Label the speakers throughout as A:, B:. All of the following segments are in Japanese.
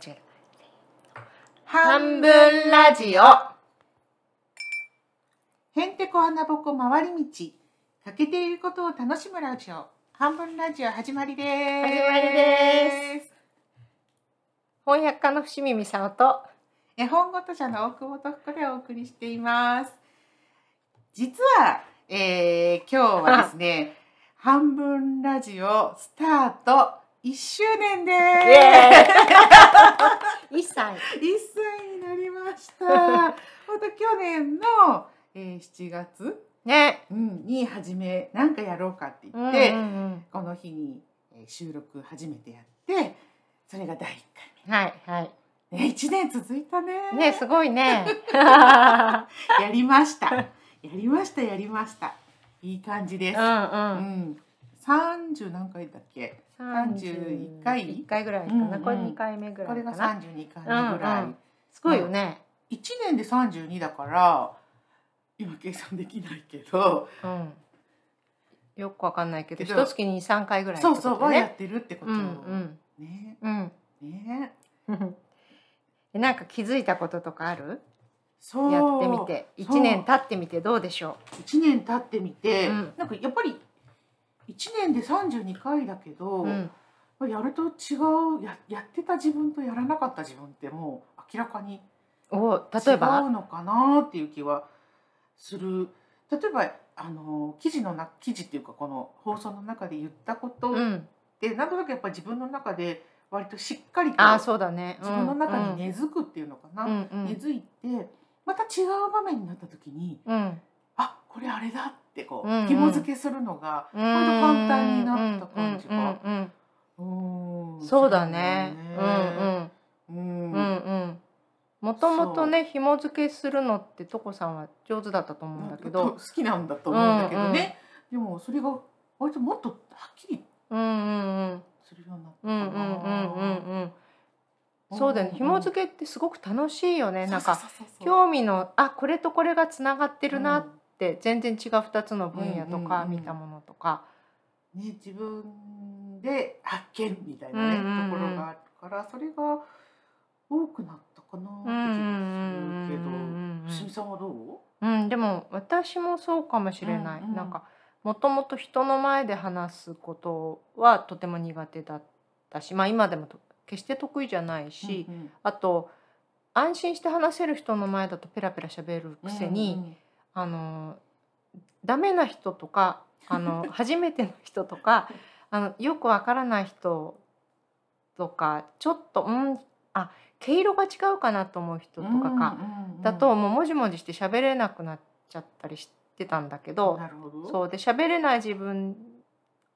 A: 間違えた。半分ラジオ。
B: へんてこ穴ぼこ回り道欠けていることを楽しむラジオ半分ラジオ始まりです
A: 始まりです翻訳家の伏見美沙と。
B: 絵本ごと者の大久保と福でお送りしています実は、えー、今日はです ね半分ラジオスタート1周年で
A: イ
B: す
A: ーイ。一歳。
B: 一歳になりました。本当去年の、えー、7月、
A: ね。
B: うん、に始めなんかやろうかって言っ
A: で
B: て、、この日に、えー収録初めてやってそれが第1
A: はいはい。
B: 回目、ね、1年続いたね
A: ねすごい ね。
B: やりましたやりましたやりましたいい感じです
A: う、
B: うん
A: んうん。
B: 30何回だっけ31回
A: 一回ぐらいか
B: うんう
A: な。
B: ん
A: これ二回目ぐら
B: これ
A: いか
B: が
A: な。
B: 32回目ぐらい、
A: うんうんすごいよね。
B: 1年で32だから今計算できないけど、
A: うん。よくわかんないけど、
B: けど
A: 一月に三回ぐらいって
B: そ
A: こ
B: う
A: と
B: そう
A: だ
B: は
A: ね
B: やってるってこと、
A: うん
B: ね
A: うんうん。
B: ね
A: えなんか気づいたこととかある
B: そう
A: やってみて
B: そう
A: 一年経ってみてどうでしょ
B: 1年経ってみて、
A: うん
B: なんかやっぱり1年で32回だけど、
A: う、うん、
B: やると違うややってた自分とやらなかった自分ってもう明らかに
A: お
B: 違
A: 例え
B: う
A: ば
B: のかなっていう気はする例えばあの記事のな記事っていうかこの放送の中で言ったことっ
A: うん
B: て、なんとなくやっぱり自分の中で割としっかりと
A: あーそうだね
B: 自分の中に根付くっていうのかな、
A: うんうん
B: 根付いてまた違う場面になった時に
A: うん
B: あこれあれだってこう、
A: うんうん
B: 紐付けするのが
A: うん
B: 割と簡単になった感じが
A: うんうん
B: う
A: うんんそうだね
B: そうだよねうん
A: うんうんうんうんもともとね紐付けするのってとこさんは上手だったと思うんだけ
B: なんか
A: ど
B: 好きなんだと思うんだけどね、でもそれが割ともっとはっきり
A: うんうんうん
B: するようになった
A: うんうんうんうんうんそうだよね紐
B: け
A: 付けってすごく楽しいよねなんか
B: 日
A: 興味のあこれとこれがつながって
B: て
A: るなって全然違う2つの分野とか、
B: うんうんうん
A: 見たものとか、
B: ね、自分で発見みたいなね、
A: うんうんうん
B: ところがあるからそれが多くなったかなって気がするけど、しみさんはどう
A: うん、でも私もそうかもしれない、
B: うんうん
A: なんかもともと人の前で話すことはとても苦手だったし、まあ、今でもと決して得意じゃないし、
B: うんうん
A: あと安心して話せる人の前だとペラペラ喋るくせに、あのダメな人とかあ の初めての人とかあのよくわからない人とかちょっとうんあ毛色が違うかなと思う人とかか、だと、もうもじもじして喋れなくなっちゃったりしてたんだけど、
B: なるほど
A: そうで喋れない自分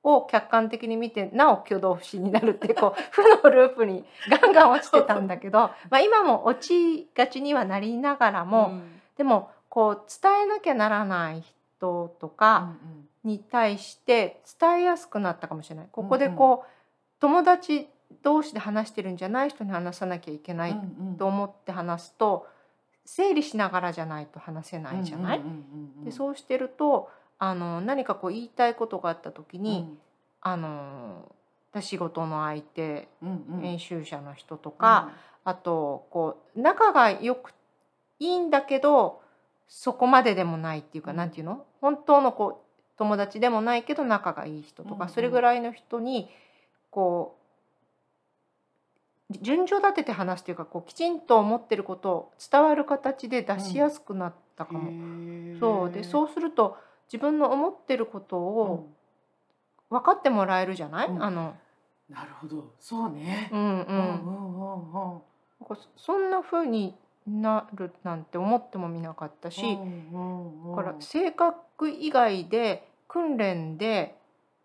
A: を客観的に見てなお挙動不審になるっていうこう 負のループにガンガン落ちてたんだけど、まあ、今も落ちがちにはなりながらも、
B: うん
A: でもこう伝えなきゃならない人とか
B: うん
A: に対して伝えやすくなったかもしれない。ここでこう友達同士で話してるんじゃない人に話さなきゃいけない
B: うんうん
A: と思って話すと整理しながらじゃないと話せないじゃない、
B: うんうんうんうん
A: でそうしてるとあの何かこう言いたいことがあった時に、あの仕事の相手、
B: うんうんうん
A: 編集者の人とか、あとこう仲がよくいいんだけどそこまででもないっていうか、
B: うん
A: なんていうの本当のこう友達でもないけど仲がいい人とか、
B: うんうん
A: それぐらいの人にこう順序立てて話すというかこうきちんと思ってることを伝わる形で出しやすくなったか
B: うん
A: も。
B: へー
A: そうでそうすると自分の思ってることを分かってもらえるじゃない、
B: うん
A: あの
B: うんなるほどそうね
A: うん
B: う
A: うん
B: うんうんうん
A: なんかそそんな風になるなんて思ってもみなかったし、だか
B: か
A: ら性格以外で訓練で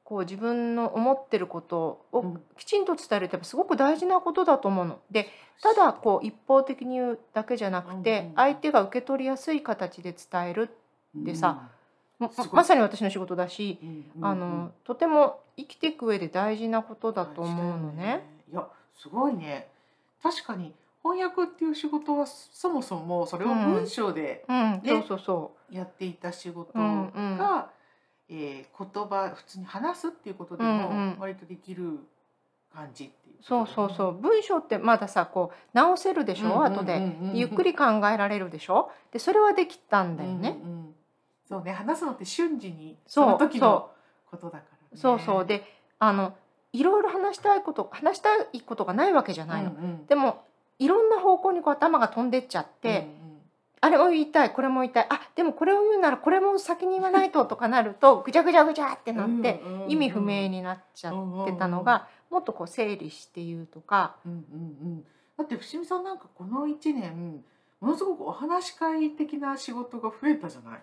A: こう自分の思ってることをきちんと伝えるってやっぱすごく大事なことだと思うの。でただこう一方的に言うだけじゃなく
B: うん
A: て
B: うん
A: 相手が受け取りやすい形で伝えるでさ、ま
B: すごい
A: まさに私の仕事だし、
B: うんうんうん
A: あのとても生きていく上で大事なことだと思うのね。。
B: いやすごいね確かに翻訳っていう仕事はそもそもそれを文章で
A: うん、
B: ね
A: そうそうそ
B: やっていた仕事
A: う。うんうん。
B: が、えー言葉普通に話すっていうことで
A: うんう
B: も
A: ん
B: 割とできる感じっていう
A: そうそうそう文章ってまださこう直せるでしょ、後でゆっく
B: り
A: り考えられるでしょでそれはできたんだよね、
B: そうね話すのって瞬時に
A: そう
B: その時のことだから、ね、
A: そうそうであのいろいろ話したいこと話したいことがないわけじゃないの、
B: うんうん
A: でもいろんな方向にこう頭が飛んでっちゃって、あれを言いたいこれも言いたいあでもこれを言うならこれも先に言わないととかなるとぐちゃぐちゃぐちゃって
B: うん
A: な
B: う
A: っ
B: ん
A: て、
B: うんうん
A: 意味不明になっちゃってたのが、もっとこう整理して言うとか
B: うんうんうん、だって伏見さんなんかこの1年ものすごくお話し会的な仕事が増えたじゃない、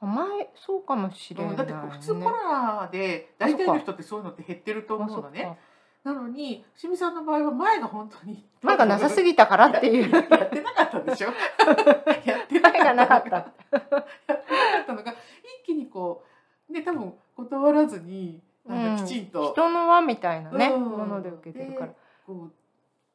A: あ前そうかもしれない、ね
B: うんだって普通コロナで大体の人ってそういうのって減ってると
A: あ
B: 思
A: そうっ
B: の
A: か
B: ねなのに伏見さんの場合は前が本当に
A: 前がなさす
B: ぎ
A: ぎたからっていう
B: やってなかったんでし ょやってな
A: 前が
B: か
A: なか
B: っ
A: った
B: のが
A: た
B: だったのが一気にこうね多分断らずになんかきちんと、
A: 人の輪みたいなね、
B: うん
A: もので受けてるから
B: でこ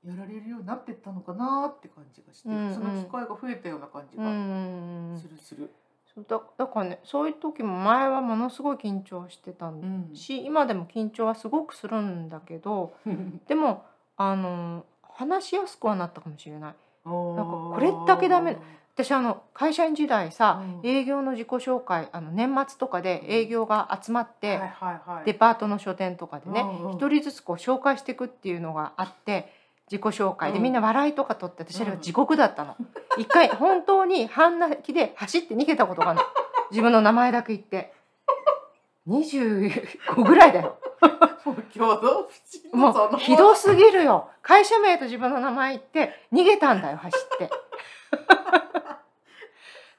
B: うやられるようになってったのかなって感じがして、
A: うんうん
B: その機会が増えたような感じ
A: うんう
B: が
A: んうん
B: するする。
A: そうだだからねそういう時も前はものすごい緊張してたんだし、今でも緊張はすごくするんだけどでもあの話しやすくはなったかもしれない
B: なん
A: かこれだけダメ私あの会社員時代さ、
B: うん
A: 営業の自己紹介あの年末とかで営業が集まって、
B: はいはいはい、
A: デパートの書店とかでね
B: うんうん
A: 一、人ずつこう紹介していくっていうのがあって自己紹介で
B: うん
A: みんな笑いとか取って私あれ
B: う
A: は
B: ん
A: 地獄だったの、一回本当に半泣きで走って逃げたことがあるの自分の名前だけ言って25ぐらいだよ
B: もう共同不審
A: も
B: のそ
A: う
B: の
A: ひどすぎるよ会社名と自分の名前言って逃げたんだよ走って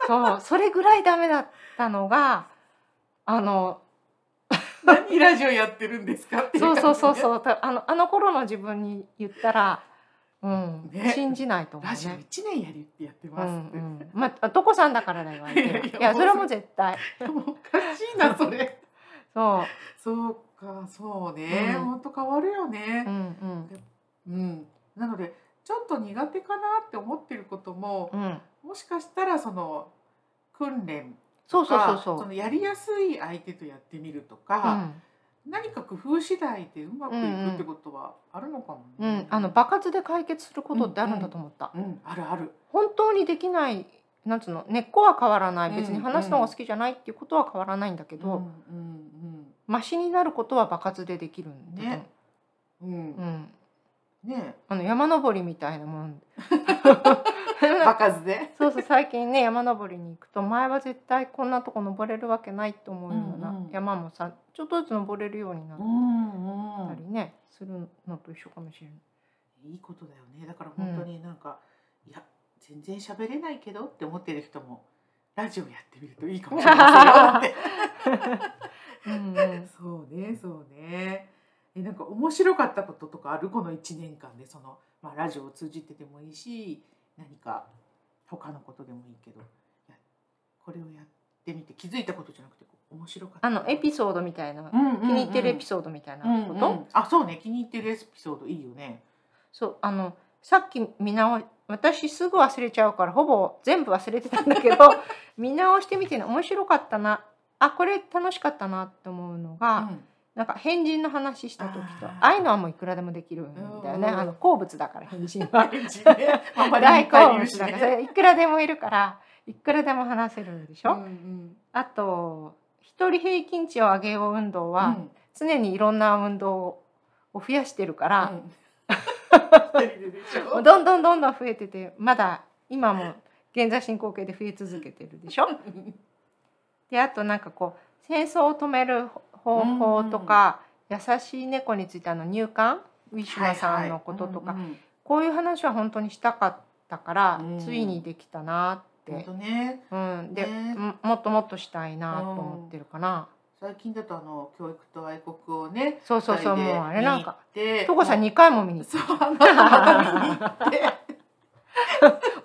A: そうそれぐらいダメだったのがあの
B: 何ラジオやってるんですかってい
A: そうそうそう
B: う
A: そう、たあの、あの頃の自分に言ったら。うん、
B: ね
A: 信じないと思
B: 感じ
A: う
B: ねラジオ
A: ね。
B: 一年やりってやって
A: う
B: ます
A: ん、
B: って、
A: うん、まあ、どこさんだからだ言われて
B: いやい
A: る。
B: や
A: いや、それはもう絶対。
B: もうおかしいなそ れ
A: そ
B: そうかそうね、
A: うん
B: ほん、本当変わるよ
A: う、う
B: ね、
A: ん、
B: うんなのでちょっと苦手かなって思ってることも
A: うん、うん。
B: もしかしたらその訓練
A: そうそ
B: と
A: うそう
B: か
A: そう。
B: のやりやすい相手とやってみると
A: う
B: か、
A: ん、
B: 何か工夫次第でうまくいくってことはあるのかも
A: うん、
B: ね。
A: あの
B: ば
A: 場数で解決することってあるんだと思った。
B: うん、あるある。
A: 本当にできない。なんつうの根っこは変わらない別に話すのが好きじゃないっていうことは変わらないんだけ
B: うん
A: ど、
B: うん
A: マシになることは場数でできるんだと思う
B: ねうん
A: う
B: うん
A: ん、
B: ね
A: あの山登りみたいな もん
B: 場数で。
A: そうそう最近ね山登りに行くと前は絶対こんなとこ登れるわけないと思うような
B: うんうん
A: 山もさちょっとずつ登れるようになっ
B: ん
A: たりね、するのと一緒かもしれない。
B: いいことだよね。だから本当になんか、いや全然喋れないけどって思ってる人もラジオやってみるといいかもしれません よって。
A: うんうん、
B: そうねそうね。えなんか面白かったこととかあるこの一年間でそのまあラジオを通じてでもいいし何か他のことでもいいけどいやこれをやってみて気づいたことじゃなくて面白かった
A: あのエピソードみたいな、
B: うんうんうん
A: 気に入ってるエピソードみたいな
B: うん
A: こと、
B: うんあそうね気に入ってるエピソードいいよね。
A: そうあのさっき見直し私すぐ忘れちゃうからほぼ全部忘れてたんだ けど見直してみてね面白かったなあこれ楽しかったなって思うのが、なんか変人の話した時と
B: あー
A: ああいうのはもういくらでもできるんだよね
B: うん
A: あの好物だから変人は。
B: 大ね。まあまりい
A: 大
B: っぱい
A: 好
B: いる
A: 物
B: し
A: だからそ
B: ね。
A: れいくらでもいるからいくらでも話せるでし
B: う
A: ょ、
B: んうん
A: あと一人平均値を上げよう運動
B: う
A: は
B: ん
A: 常にいろんな運動を増やしてるから、
B: うん一人ででしょ
A: どんどんどんどん増えててまだ今も現在進行形で増え続けてるでしょであとなんかこう戦争を止める方法とか、優しい猫についてあの入管ウィシュマさんのこととか、
B: はいはいうんうん
A: こういう話は本当にしたかったから、
B: うん
A: ついにできたなって。
B: 本当ね
A: うん、で、
B: ね
A: ももっともっとしたいなと思ってるかな。
B: 最近だとあの教育と愛国をね
A: そうそうそう、もうあれなんか、
B: で
A: とこさん二回も見に行っ
B: そうあのまた見に行って
A: た、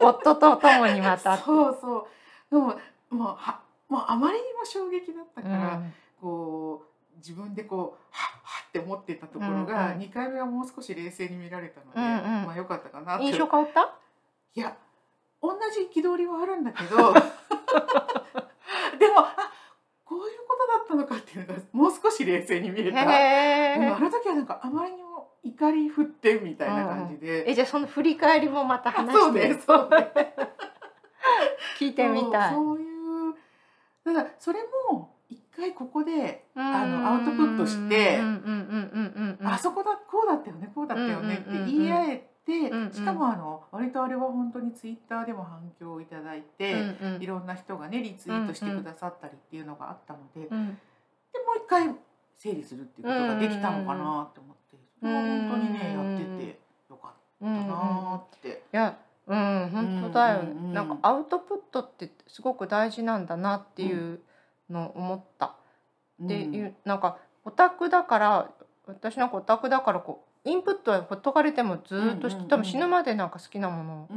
A: 夫と共にまた。
B: そうそうでももうはもうあまりにも衝撃だった
A: う
B: から、
A: ん、
B: こう自分でこうはっはっって思ってたとこ
A: う
B: ろ
A: ん
B: が、
A: うん
B: 二回目はもう少し冷静に見られたので、
A: うんうん
B: まあ良かったかなって
A: 印象変わった。
B: いや同じ憤りはあるん だけど でもあこういうことだったのかっていうのがもう少し冷静に見れた、
A: へ
B: でもあ
A: え。
B: の時はなんかあまりにも怒り振ってみたいな感じで、
A: えじゃあその振り返りもまた話
B: あそう
A: し
B: ね
A: て
B: そうね
A: 聞いてみたい。
B: そうそういうただそれも一回ここで
A: あ
B: のアウトプットしてあ
A: あ
B: そこだこうだったよねこうだったよねって言い合えて、
A: うんうん
B: しかもあの割とあれは本当にツイッターでも反響をいただいて、い
A: 色
B: ろんな人がねリツイートしてくださったりっていうのがあったので、で
A: う
B: も
A: ん
B: う一回整理するっていうことができたのかなって思って、それは本当にね、
A: うんうんうん
B: やっててよか
A: うんう
B: った
A: ん
B: なーって、
A: いやうん本当だよ、
B: うんうんうん
A: なんかアウトプットってすごく大事なんだなっていうのを思った。で
B: うん
A: いう、なんかオタクだから私なんかオタクだからこうインプットはほっとかれてもずーっとして、
B: うんうんうん
A: 多分死ぬまでなんか好きなものを、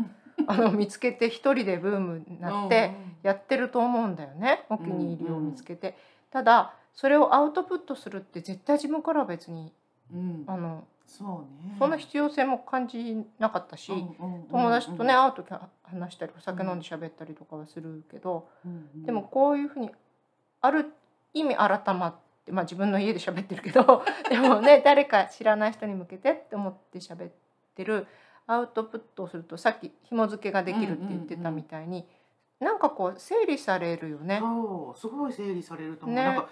A: あの見つけて一人でブームになって。やってると思うんだよねお気に入りを見つけて、ただそれをアウトプットするって絶対自分からは別に
B: うん、うん
A: あの
B: そうね
A: そんな必要性も感じなかったし、
B: うんうん
A: 友達とね
B: うん
A: 会う時は話したりお酒飲んで喋ったりとかはするけど、
B: うんうん
A: でもこういうふうにある意味改まって、まあ、自分の家で喋ってるけど でもね誰か知らない人に向けてって思って喋ってるアウトプットをするとさっき紐付けができるって言ってたみたいに、なんかこう整理されるよね。
B: そうすごい整理されると思う、
A: ね
B: なんか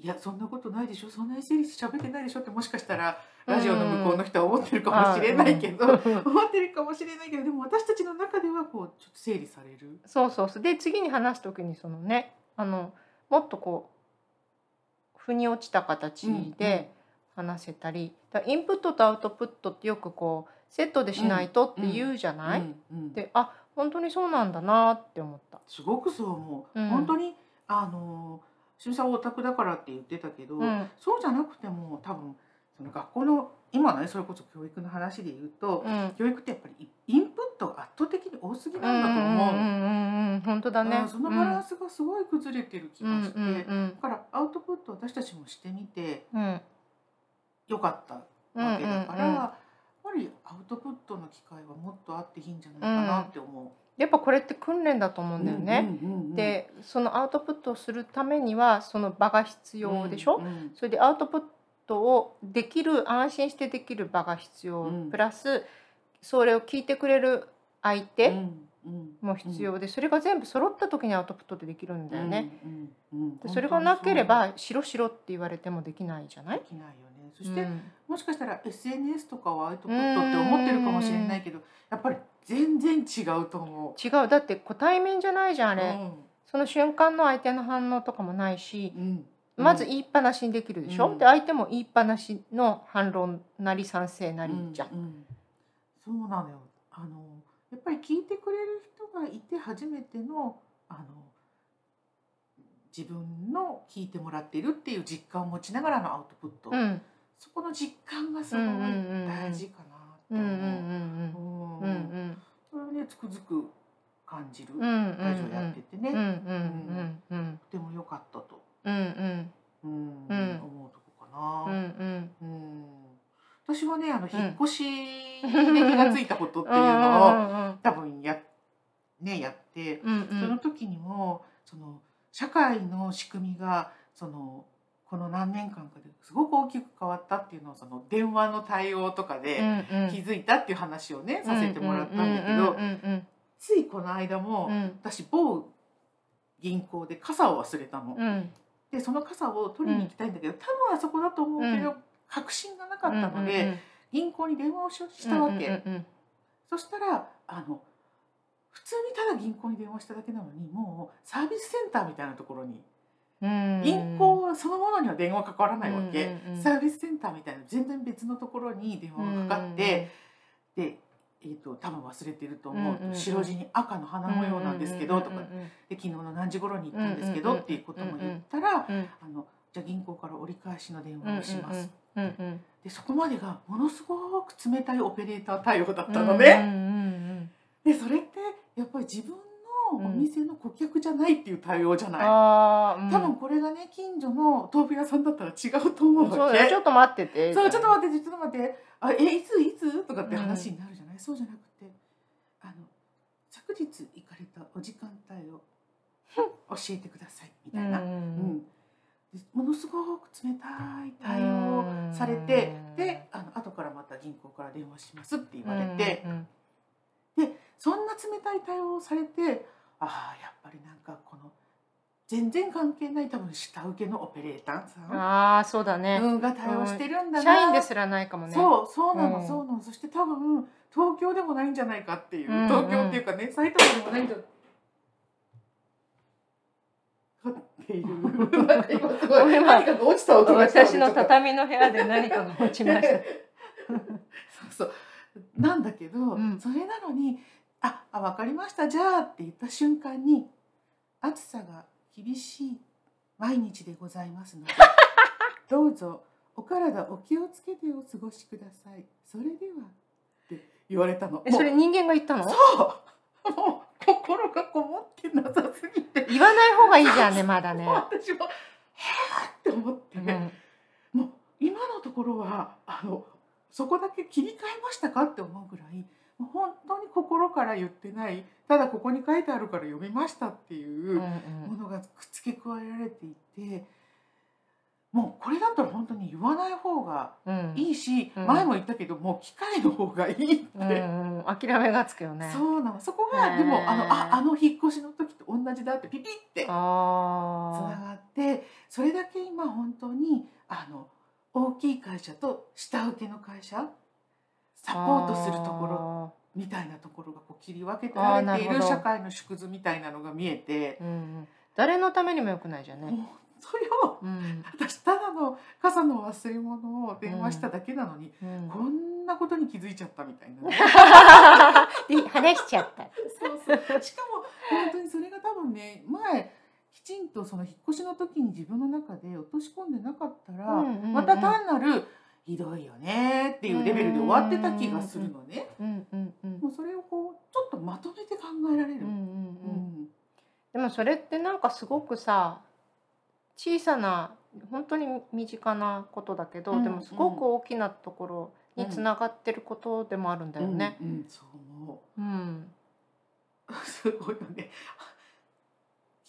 B: いやそんなことないでしょそんなに整理して喋ってないでしょってもしかしたらラジオの向こうの人は思ってるかもしれないけど、
A: あうん
B: 思ってるかもしれないけどでも私たちの中ではこうちょっと整理される。
A: そうそうそうで次に話す時にそのねあのもっとこう腑に落ちた形で話せたり、だからインプットとアウトプットってよくこうセットでしないとって言うじゃ
B: う
A: ない、
B: んうん、
A: であ本当にそうなんだなって思った。
B: すごくそう思う、
A: うん
B: 本当にあの秀さんオタクだからって言ってたけど、
A: うん
B: そうじゃなくても多分その学校の今のねそれこそ教育の話で言うと、
A: うん
B: 教育ってやっぱりインプットが圧倒的に多すぎなんだと思う。
A: うんうんうんうん本当だね
B: う。んそのバランスがすごい崩れてる気
A: う
B: が
A: ん
B: して、
A: うん
B: だからアウトプット私たちもしてみて
A: うんうん
B: よかった
A: うん
B: わけだから、
A: うんうんうん
B: やっぱりアウトプットの機会はもっとあっていいんじゃないかなって思
A: やっぱこれって訓練だと思う
B: う。
A: んだよね。
B: うんうんうん
A: でそのアウトプットをするためにはその場が必要でしょ、
B: うんうん
A: それでアウトプットをできる安心してできる場が必要、
B: うん
A: プラスそれを聞いてくれる相
B: う
A: 手
B: んうん
A: も必要で、それが全部揃った時にアウトプットってできるんだよね。。
B: うんうんうん
A: でそれがなければ「しろしろ」って言われてもできないじゃない
B: できないよね。そして、
A: うん
B: もしかしたら SNS とかはアウトプットって思ってるかもしれないけど、やっぱり全然違うと思う。
A: 違うだってこう対面じゃないじゃんあれ、その瞬間の相手の反応とかもないし
B: う、ん、うん
A: まず言いっぱなしにできるでしょ、
B: うん
A: で相手も言いっぱなしの反論なり賛成なりじゃん。
B: うんうんそうなのよあのやっぱり聞いてくれる人がいて初めてのあの自分の聞いてもらっているっていう実感を持ちながらのアウトプット、
A: うん
B: そこの実感がすごい
A: うんうんうんうん
B: 大事か
A: う
B: なっ
A: んう
B: て
A: ん
B: 思
A: うんうんう
B: ううん
A: ん
B: それをねつくづく感じる
A: うんうん
B: ラジオやっててね、
A: うんうんうんうん
B: とても良かったと、
A: うんうん
B: うん
A: うん
B: 思うとこか
A: うんう
B: な、
A: ん
B: うん私はねあの
A: うん
B: 引っ越しで気がついたことっていうのを、多分や,、ね、やって、
A: うんう
B: その
A: ん
B: 時にもその社会の仕組みがそのこの何年間かですごく大きく変わったっていうのをその電話の対応とかで気づいたっていう話をね、させてもらったんだけど、
A: うん
B: ついこの間も、
A: うん
B: 私某銀行で傘を忘れたの。
A: うん
B: でその傘を取りに行きたいんだけど、多分あそこだと思うけど、
A: う
B: 確信がなかったので、銀行に電話をししたわけ。
A: うん
B: そしたらあの普通にただ銀行に電話しただけなのにもうサービスセンターみたいなところに
A: うん
B: 銀行はそのものには電話かからないわけ、
A: さ
B: サービスセンターみたいな全然別のところに電話がかかって、で、えー、と多分忘れてると思う、
A: うんうんうん
B: 白地に赤の花模様なんですけどとか、で昨日の何時頃に行ったんですけど、
A: うんうんうん
B: っていうことも言ったら、
A: うん
B: あのじゃあ銀行から折り返しの電話をします、
A: うんうん
B: でそこまでがものすごく冷たいオペレーター対応だったのね。
A: ね
B: でそれってやっぱり自分のお店の顧客じゃないっていう対応じゃない、
A: ああ
B: 多分これがね近所の豆腐屋さんだったら違うと思う
A: そ
B: わ
A: う
B: け
A: ちょっと待ってて
B: そうちょっと待ってちょっと待ってあえいついつとかって話になるじゃない、そうじゃなくてあの昨日行かれたお時間帯を教えてくださいみたいな、うんでものすごく冷たい対応をされて
A: うん
B: であの後からまた銀行から電話しますって言
A: う
B: われ
A: ん
B: て
A: うん
B: そんな冷たい対応をされてああやっぱりなんかこの全然関係ない多分下請けのオペレーターさ
A: ああそうだ
B: ん
A: ね、
B: うんが対応してるんだな
A: 社員ですらないかもね
B: そうそうなの、
A: うん
B: そうなのそして多分東京でもないんじゃないかっていう、
A: うんうん
B: 東京っていうかね埼玉でもない んじゃないかってい うなんか今すごい
A: 俺は
B: 何かが落ちた音がした
A: 私の
B: ちょっと
A: 畳の部屋で何かが落ち ました
B: そうそうなんだけど、
A: ん
B: それなのに「ああ分かりましたじゃあ」って言った瞬間に「暑さが厳しい毎日でございますの でどうぞお体お気をつけてお過ごしくださいそれでは」って言われたの。
A: えそれ人間が言ったの
B: そう もう心がこもってなさすぎて、
A: 言わない方がいいじゃんねまだね
B: もう私も「へーって思って、
A: うん
B: もう今のところはあのそこだけ切り替えましたかって思うぐらいもう本当に心から言ってないただここに書いてあるから読みましたっていううんものが付け加えられていて。もうこれだったら本当に言わない方が
A: うん
B: いいし、
A: うん
B: 前も言ったけどもう機械の方がいいって、
A: うんうん諦めがつくよね
B: そうなのそこが
A: ね
B: でもあのああの引っ越しの時と同じだってピピってつな
A: あ
B: がってそれだけ今本当にあの大きい会社と下請けの会社
A: あ
B: サポートするところみたいなところがこう切り分けてられてい
A: あーなる
B: る
A: ほど
B: 社会の縮図みたいなのが見えて
A: ろ、うんうん、誰のためにも良くないじゃんね、
B: もうそれを
A: うん
B: 私ただの傘の忘れ物を電話しただけなのに、
A: うん、
B: こんなことに気づいちゃったみたいなね。
A: で 話しちゃった
B: そうそうしかも本当にそれが多分ね前きちんとその引っ越しの時に自分の中で落とし込んでなかったら、
A: うんうんうん
B: また単なるひどいよねっていうレベルで終わってた気がするのね、
A: うんうんうん
B: もうそれをこうちょっとまとめて考えられる、
A: うんうん
B: う
A: うん
B: ん
A: でもそれってなんかすごくさ小さな本当に身近なことだけど、
B: うん
A: でもすごく大きなところにつながってることでもあるんだよね。
B: うんうんそう思
A: うん、
B: う すごいよね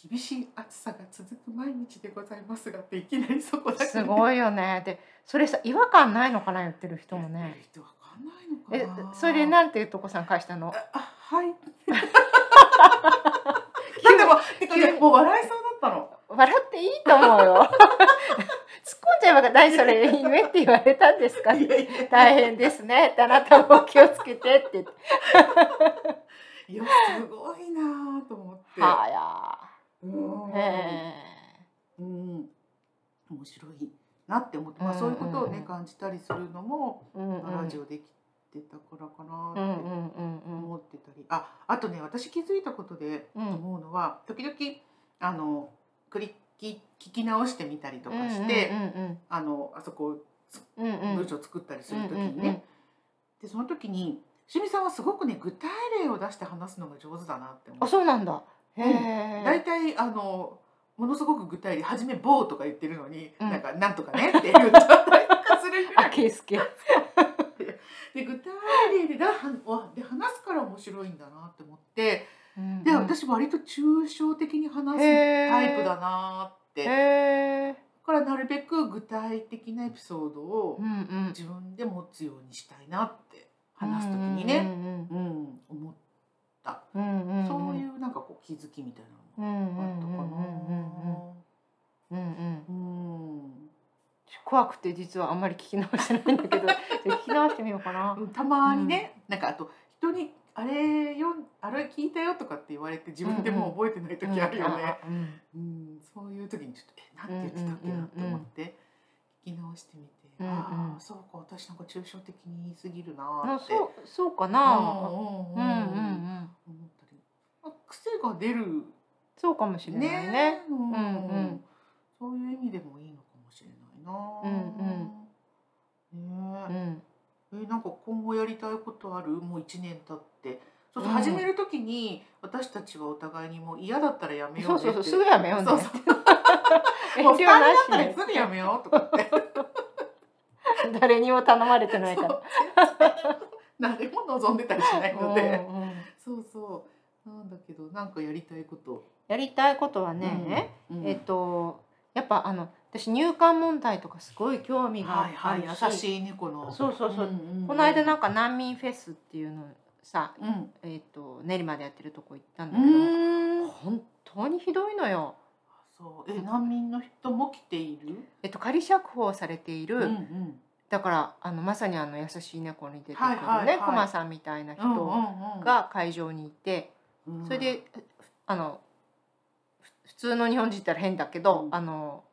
B: 厳しい暑さが続く毎日でございますがっていきなりそこだけ
A: す
B: い
A: ごいよね。でそれさ違和感ないのかな言ってる人も ね。
B: 人わかんない
A: え
B: のかな
A: それでなんていうとこさん返したの
B: あはい。なんでも、てかね、もう笑いそうだったの。
A: 笑っていいと思うよ。突 っ込んじゃえば何それ夢って言われたんです か
B: いやいや
A: 大変ですねってあなたもお気をつけてって 言って。
B: いや、すごいなぁと思って。
A: は
B: うん
A: やへえ。
B: うん。面白いなって思って、まあ、そういうことを
A: うんうんう
B: ね
A: ん、
B: 感じたりするのも。
A: うんうん
B: ラジオできてたからかな
A: うん
B: って
A: うんうん
B: 思ってたり、あ、あとね、私気づいたことで
A: うんうん
B: 思うのは、時々、あの、クリッキ聞き直してみたりとかして、あの、あそこ
A: うんうんうんうん
B: 文章作ったりするとき
A: うん
B: に
A: うんうん
B: ね。でその時に清水さんはすごくね具体例を出して話すのが上手だなって思
A: あ
B: う。
A: そうなんだへえ
B: 大体あのものすごく具体例初め「棒」とか言ってるのに、
A: うん
B: なんか「なんとかね」って言っちゃったりとかするぐら
A: あ
B: い。
A: ケイスケ
B: で具体例でだはわで話すから面白いんだなって思ってで私割と抽象的に話すタイプだ
A: っ
B: なって
A: へ
B: だ
A: え
B: からなるべく具体的なエピソードを
A: うんうん
B: 自分で持つようにしたいなって話す時にね。
A: うん
B: うん、思った、
A: うんうん
B: そういうなんかこう気づきみたい
A: う
B: な
A: んう
B: のがあっ
A: ん
B: た
A: うんうん
B: か
A: うんうん
B: な。うん
A: 怖くて実はあんまり聞き直してないんだけど聞き直してみようかな
B: たまにね、なんかあと人にあれよあれ聞いたよとかって言われて自分でもう覚えてない時あるよね。
A: うん
B: うんそういう時にちょっとえなんて言ってたっけなって思って聞き直してみて、
A: うんうん
B: ああそうか私なんか抽象的に言い過ぎるな
A: あ
B: って。
A: そうそうか
B: う
A: なんうんう
B: う
A: ん
B: んうん
A: うん
B: 思ったり。あ癖が出る
A: そうかもしれないね
B: うん
A: うんうん
B: そういう意味でもいいのかもしれないな。
A: う
B: ね
A: ん
B: え、えなんか今後やりたいことある？もう一年経って。そうそう
A: うん
B: 始めるときに私たちはお互いにもう嫌だったらやめよう
A: そ
B: ね
A: うそう
B: って。
A: そうすぐやめようね
B: そうそうも
A: 遠慮
B: う二人だ
A: な
B: っ
A: したね
B: らすぐやめようとかって。
A: 誰にも頼まれてない
B: そ
A: か
B: う
A: ら。
B: 誰も望んでたりしないので。
A: うんうん
B: そうそう。なんだけどなんかやりたいこと。
A: やりたいことはね、
B: うん、
A: えっとやっぱあの私入管問題とかすごい興味があ
B: は
A: っ
B: い
A: た
B: は
A: し、
B: い優しい猫の
A: そうそうそう、
B: んん
A: この間なんか難民フェスっていうのさ、
B: うん
A: えっと練馬でやってるとこ行ったんだ
B: う
A: けど、
B: ん
A: 本当にひどいのよ。
B: そうえ難民の人も来ている
A: えっと、仮釈放されている、
B: うんうん
A: だからあのまさにあの優しい猫に出てくる
B: は
A: ね
B: い
A: クマ、
B: はいはい
A: さんみたいな
B: うんう
A: 人
B: んうん
A: が会場にいて、
B: うん
A: それであのふ普通の日本人って言ったら変だけど、
B: うん
A: あの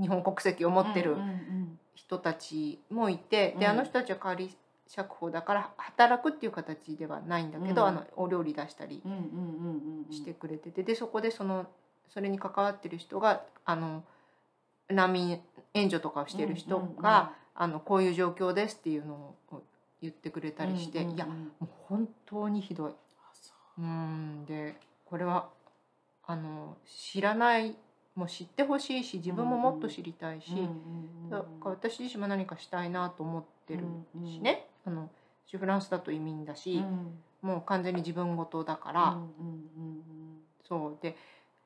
A: 日本国籍を持ってる
B: うんうんうん
A: 人たちもいて、で
B: う
A: あ
B: ん
A: の人たちは仮釈放だから働くっていう形ではないんだけど、
B: うん
A: あのお料理出したり
B: うんうんうんうん
A: してくれてて、でそこでそのそれに関わってる人があの難民援助とかをしてる人が、あのこういう状況ですっていうのを言ってくれたりして、
B: うんうんうん
A: いやもう本当にひどい。
B: あそう
A: ーんでこれはあの知らないもう知ってほしいし自分ももっと知りたいし、
B: ううんうん
A: だから私自身も何かしたいなと思ってるしね、あの私フランスだと移民だ
B: うんう
A: し、
B: ん
A: もう完全に自分事だから、
B: うんうん
A: そうで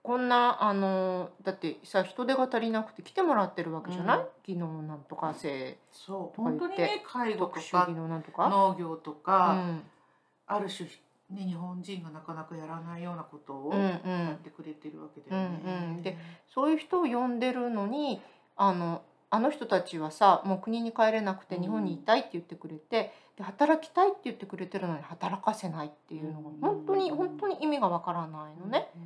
A: こんなあのだってさ人手が足りなくて来てもらってるわけじゃない、
B: うん
A: 昨日なんとか生
B: そう
A: とか言
B: 本
A: って
B: 当にね介護
A: 特
B: と
A: 殊技
B: か
A: 能なんとか。
B: 農業と
A: う
B: か、
A: ん
B: ある種、ね、日本人がなかなかやらないようなことを
A: うんう
B: や
A: ん
B: ってくれてるわけだよね。
A: うんうんでそういう人を呼んでるのにあのあの人たちはさもう国に帰れなくて
B: うん
A: 日本にいたいって言ってくれて、で働きたいって言ってくれてるのに働かせないっていうのが
B: うん
A: 本当に本当に意味がわからないのね。
B: うん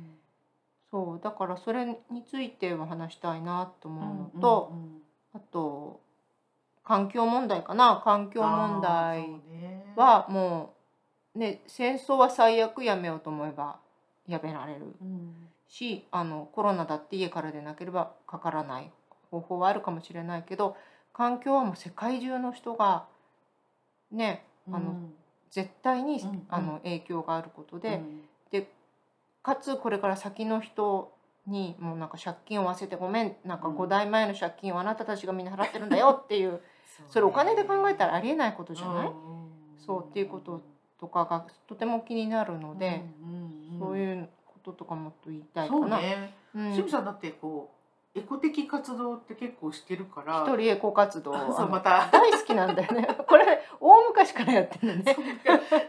A: そうだからそれについては話したいなと
B: う
A: 思
B: ん、
A: うのと、
B: うんうん
A: あと環境問題かな環境問
B: あ
A: 題
B: ーそうね
A: はもうね戦争は最悪やめようと思えばやめられる。
B: うん
A: しあのコロナだって家からでなければかからない方法はあるかもしれないけど環境はもう世界中の人がねあの
B: うん
A: 絶対に、
B: うんうん
A: あの影響があることで、
B: うん
A: かつこれから先の人にもうなんか借金を負わせてごめんなんか
B: うん
A: 5代前の借金をあなたたちがみんな払ってるんだよっていうそれお金で考えたらありえないことじゃない、
B: うん
A: そうっていうこととかがとても気になるので、、
B: うんうん
A: そう
B: う
A: いうこととかもっと言いた
B: ん
A: いか
B: そう
A: な。
B: ね
A: うん
B: 清水さんだってこうエコ的活動って結構してるから
A: 一人エコ活動をあ
B: そう
A: の
B: また
A: 大好きなんだよね これ大昔からやってるね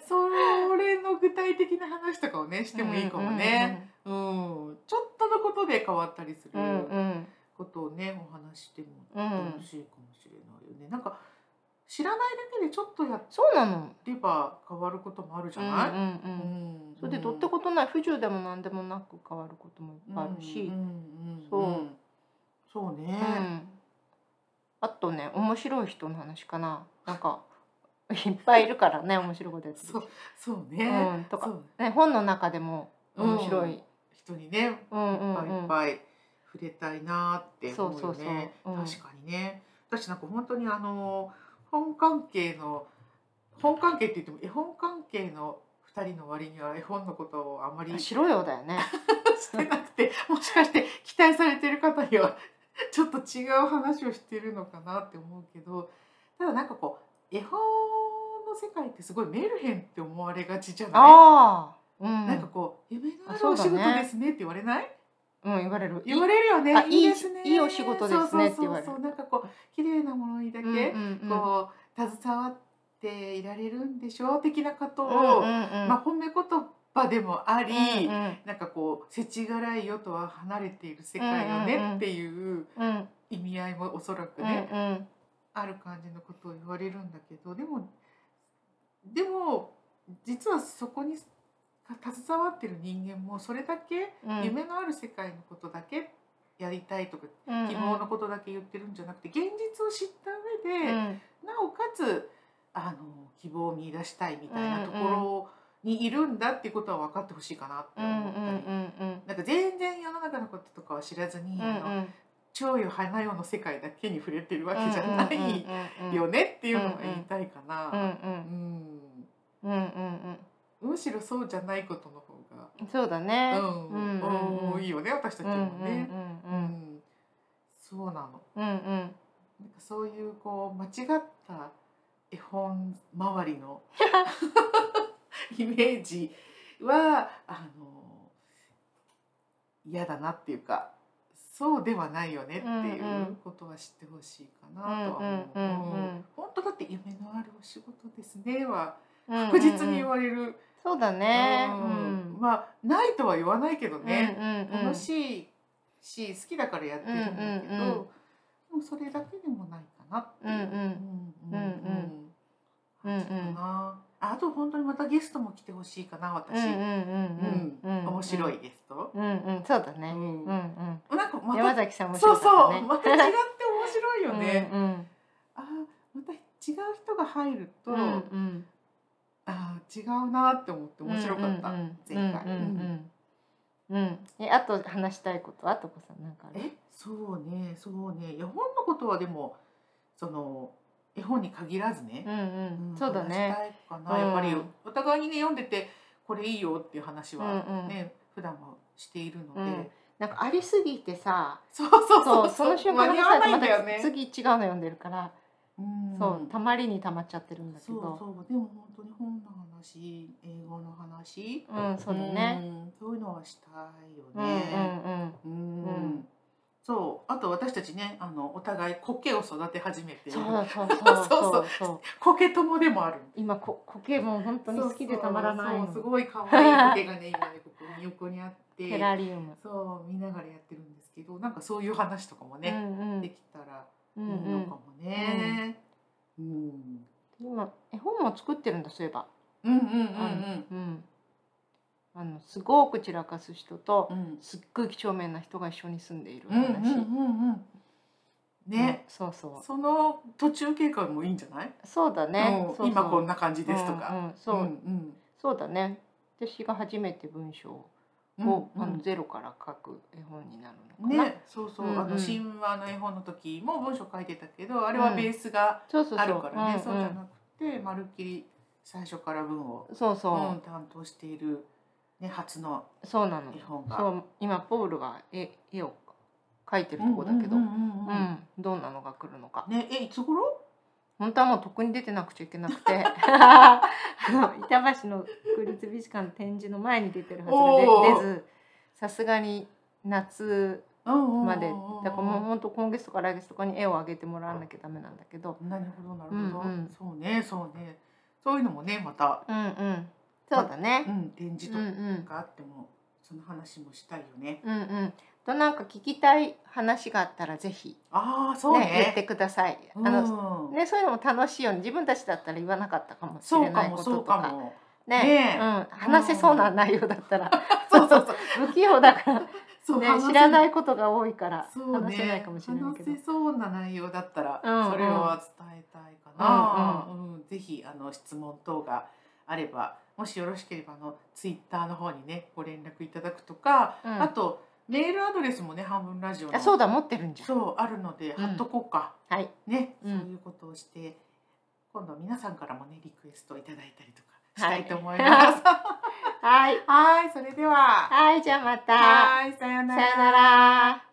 B: それの具体的な話とかをねしてもいいかもね、うんちょっとのことで変わったりする
A: うんうん
B: ことをねお話ししても
A: うんうん、
B: 楽しいかもしれないよね、なんか知らないだけでちょっとやっ
A: そうなの
B: てれば変わることもあるじゃ
A: う
B: ない、
A: んう
B: うん
A: うん
B: ん
A: それでとってことない不自由でも何でもなく変わることもいっぱいあるし、
B: うんうんうん
A: そう
B: そうね、
A: うんあとね面白い人の話かななんかいっぱいいるからね面白いことやってる人
B: そうそう
A: う
B: ね、
A: ん、と
B: そ
A: か、
B: う
A: ね、本の中でも面白い、
B: 人にね
A: うんうん
B: いっ
A: うん
B: ぱい触れたいなって思うよね。
A: そうそうそううん
B: 確かにね。私なんか本当にあの本関係の本関係って言っても絵本関係の二人の割には絵本のことをあんまりし
A: 白いようだよね
B: てなくて、もしかして期待されてる方には ちょっと違う話をしてるのかなって思うけど、ただなんかこう絵本の世界ってすごいメルヘンって思われがちじゃない？
A: ああうん
B: なんかこう夢のあ
A: あ
B: る
A: そ
B: お
A: うだ
B: 仕
A: ね
B: 事ですねって言われない？
A: うん言われる
B: 言われるよね
A: あ。
B: いいですね。
A: いいいいお仕事ですねって言われる
B: そうそうそうなんかこう綺麗なものにだけ、
A: うんうんうん
B: こう携わっていられるんでしょう的なことを、ま
A: ま
B: あ褒め言葉でもあり、
A: うんうん
B: なんかこう世知辛い世とは離れている世界よ
A: うんうんう
B: ね
A: ん
B: っていう
A: うん
B: 意味合いもおそらく
A: うん
B: ね、
A: うん
B: ある感じのことを言われるんだけど、でもでも実はそこに携わってる人間もそれだけ
A: うん
B: 夢のある世界のことだけやりたいとか希望のことだけ言ってるんじゃなくて現実を知った上
A: うん
B: で、
A: うん
B: なおかつあの希望を見出したいみたいなところにいるんだっていうことは分かってほしいかなっ
A: う
B: て
A: ん
B: 思ったり、
A: うんうん
B: なんか全然世の中のこととかは知らずに、
A: うん
B: あの超よ花よの世界だけに触れてるわ
A: うん
B: けじゃな
A: うんうん
B: い
A: うんうん
B: よねっていうのが言いたいか
A: うん
B: な。
A: う
B: うんん
A: うんうん
B: むしろそうじゃないことの方が、
A: うんそうだね
B: うん
A: うんうんうん
B: 多いよね私たち
A: うんう
B: も
A: ん
B: ね。
A: う
B: うんんそうなの。
A: うんうん
B: なんかそういうこう間違った絵本周り のイメージはあの嫌だなっていうかそうではないよねってい
A: んう
B: うんうことは知ってほしいか
A: う
B: なとは
A: んう
B: 思
A: んう
B: う。うん
A: ん
B: 本当だって夢のあるお仕事ですねは
A: うん
B: 確実に言
A: うんうんうん
B: われる、
A: そうだね
B: う
A: うんん
B: まあないとは言わないけどね、
A: うんうんうん
B: 楽しいし好きだからやってるんだけど、
A: うんうんうん
B: でもそれだけでもないかなっていううん
A: うんうんう
B: うんうん
A: ん
B: 感じかなああと本当にまたゲストも来てほしいかな
A: うん
B: 私、
A: うんうんうんうん
B: 面白いゲスト、
A: うんうんそうだね
B: うん
A: うんうん
B: なんかまた
A: 山崎さんも
B: そうそう、
A: だね
B: また違って面白いよね、
A: うんうん
B: あーまた違う人が入ると、
A: うんうん
B: あー違うなって思って面白かった、
A: うんうん
B: 前回
A: うんうんうんうんえあと話したいことあとこさんなんかある
B: えそうねそうね絵本のことはでもその絵本に限らずね
A: う、ん
B: う
A: うんんそうだ
B: 話し
A: ね
B: たいかな、
A: うん
B: やっぱりお互いにね読んでてこれいいよっていう話
A: うん
B: は
A: うん
B: ね、普段はしているので、
A: うんなんかありすぎてさ
B: そうそうそ
A: そううその瞬間
B: 間に合わないんだよ
A: ま
B: ね
A: た。次違うの読んでるから
B: うん
A: そうたまりにたまっちゃってるんだけ
B: そう
A: ど
B: そうでも本当に本の話英語の話
A: うんそうだね
B: うんそういうのはしたいよ
A: うんう
B: ね。
A: ん
B: うん
A: うん
B: そうあと私たちねあのお互い苔を育て始め
A: う
B: て
A: んそうそうそう
B: そ
A: そううそう
B: 苔友でもある
A: 今こ苔も本当に好きでたまらない
B: そうそうそうす
A: の
B: ごい可愛い苔がね今ねここに横にあって
A: テラリウム
B: そう見ながらやってるんですけどなんかそういう話とかも
A: う
B: ね、
A: んうん
B: できたら
A: う
B: いい
A: んう
B: のか
A: ん
B: もね、うん
A: 今絵本も作ってるんだそういえば
B: うん、うんうんうん
A: うんあのすごく散らかす人と
B: うんうん
A: すっごい几帳面な人が一緒に住んでいる
B: うんうん
A: 話
B: うんうんね、
A: うんそうそう
B: その途中経過もいいんじゃない、
A: そうだね
B: う
A: そ
B: ん
A: うそう
B: 今こんな感じですと
A: う
B: か、
A: んうんそう、
B: んん
A: そうだね私が初めて文章を、
B: うん
A: あのゼロから書く絵本になるのかな、
B: ね、そうそう、
A: うんうん
B: あの神話の絵本の時も文章書いてたけどあれはベースが
A: そうそうそう
B: あるからね、
A: うん
B: そうじゃなくてまるっきり最初から文を、
A: そうそうう、
B: ん、担当している、ね、初の
A: そうなの
B: 絵本が。
A: そう今ポールが絵絵を描いてるとこだけど、
B: う
A: うんん
B: うんうんうん
A: どんなのが来るのか
B: ねえいつ頃
A: 本当はもうとっくに出てなくちゃいけなく てあの板橋の国立美術館の展示の前に出てるはず
B: おー
A: がで出ずさすがに夏ま
B: ま
A: でだからもう本当今月とか来月とかに絵をあげてもらわなきゃダメなんだけど
B: なるほどなるほど、
A: うんうん
B: そうねそうねそういうのもねまた、
A: うんうんそうだ
B: う
A: ね、
B: ん、展示
A: うんう
B: と
A: ん
B: かあっても、その話もしたいよね。
A: うんうんとなんか聞きたい話があったらぜひ、
B: ああそ
A: ね
B: うね
A: 言ってください、あの
B: の
A: ね、そういうのも楽しいよね自分たちだったら言わなかったかもし
B: そ
A: れ
B: うか
A: ない
B: も
A: こと
B: そ
A: と
B: うか
A: か
B: も。
A: ね
B: ねえ
A: うん、話せそうな内容だったら
B: そうそうそう。
A: 不器用だから、
B: そう。
A: ね、知らないいことが多いから
B: そうね。
A: 話せないかもしれないけど
B: 話せそうな内容だったら、
A: うんうん
B: それは伝えたいかな。うん、ぜひあの質問等があれば、もしよろしければあのツイッターの方にねご連絡いただくとか、
A: うん
B: あとメールアドレスもね半分ラジオの
A: あそうだ持ってるんじゃん
B: そうあるので
A: うん
B: 貼っとこうか。
A: はい
B: ね、
A: うん
B: そういうことをして、今度皆さんからもねリクエストをいただいたりとかしたいと思います。
A: はい
B: はい、それでは。
A: はいじゃあまた
B: はい、さよう
A: さ
B: な
A: よ
B: ら。
A: なら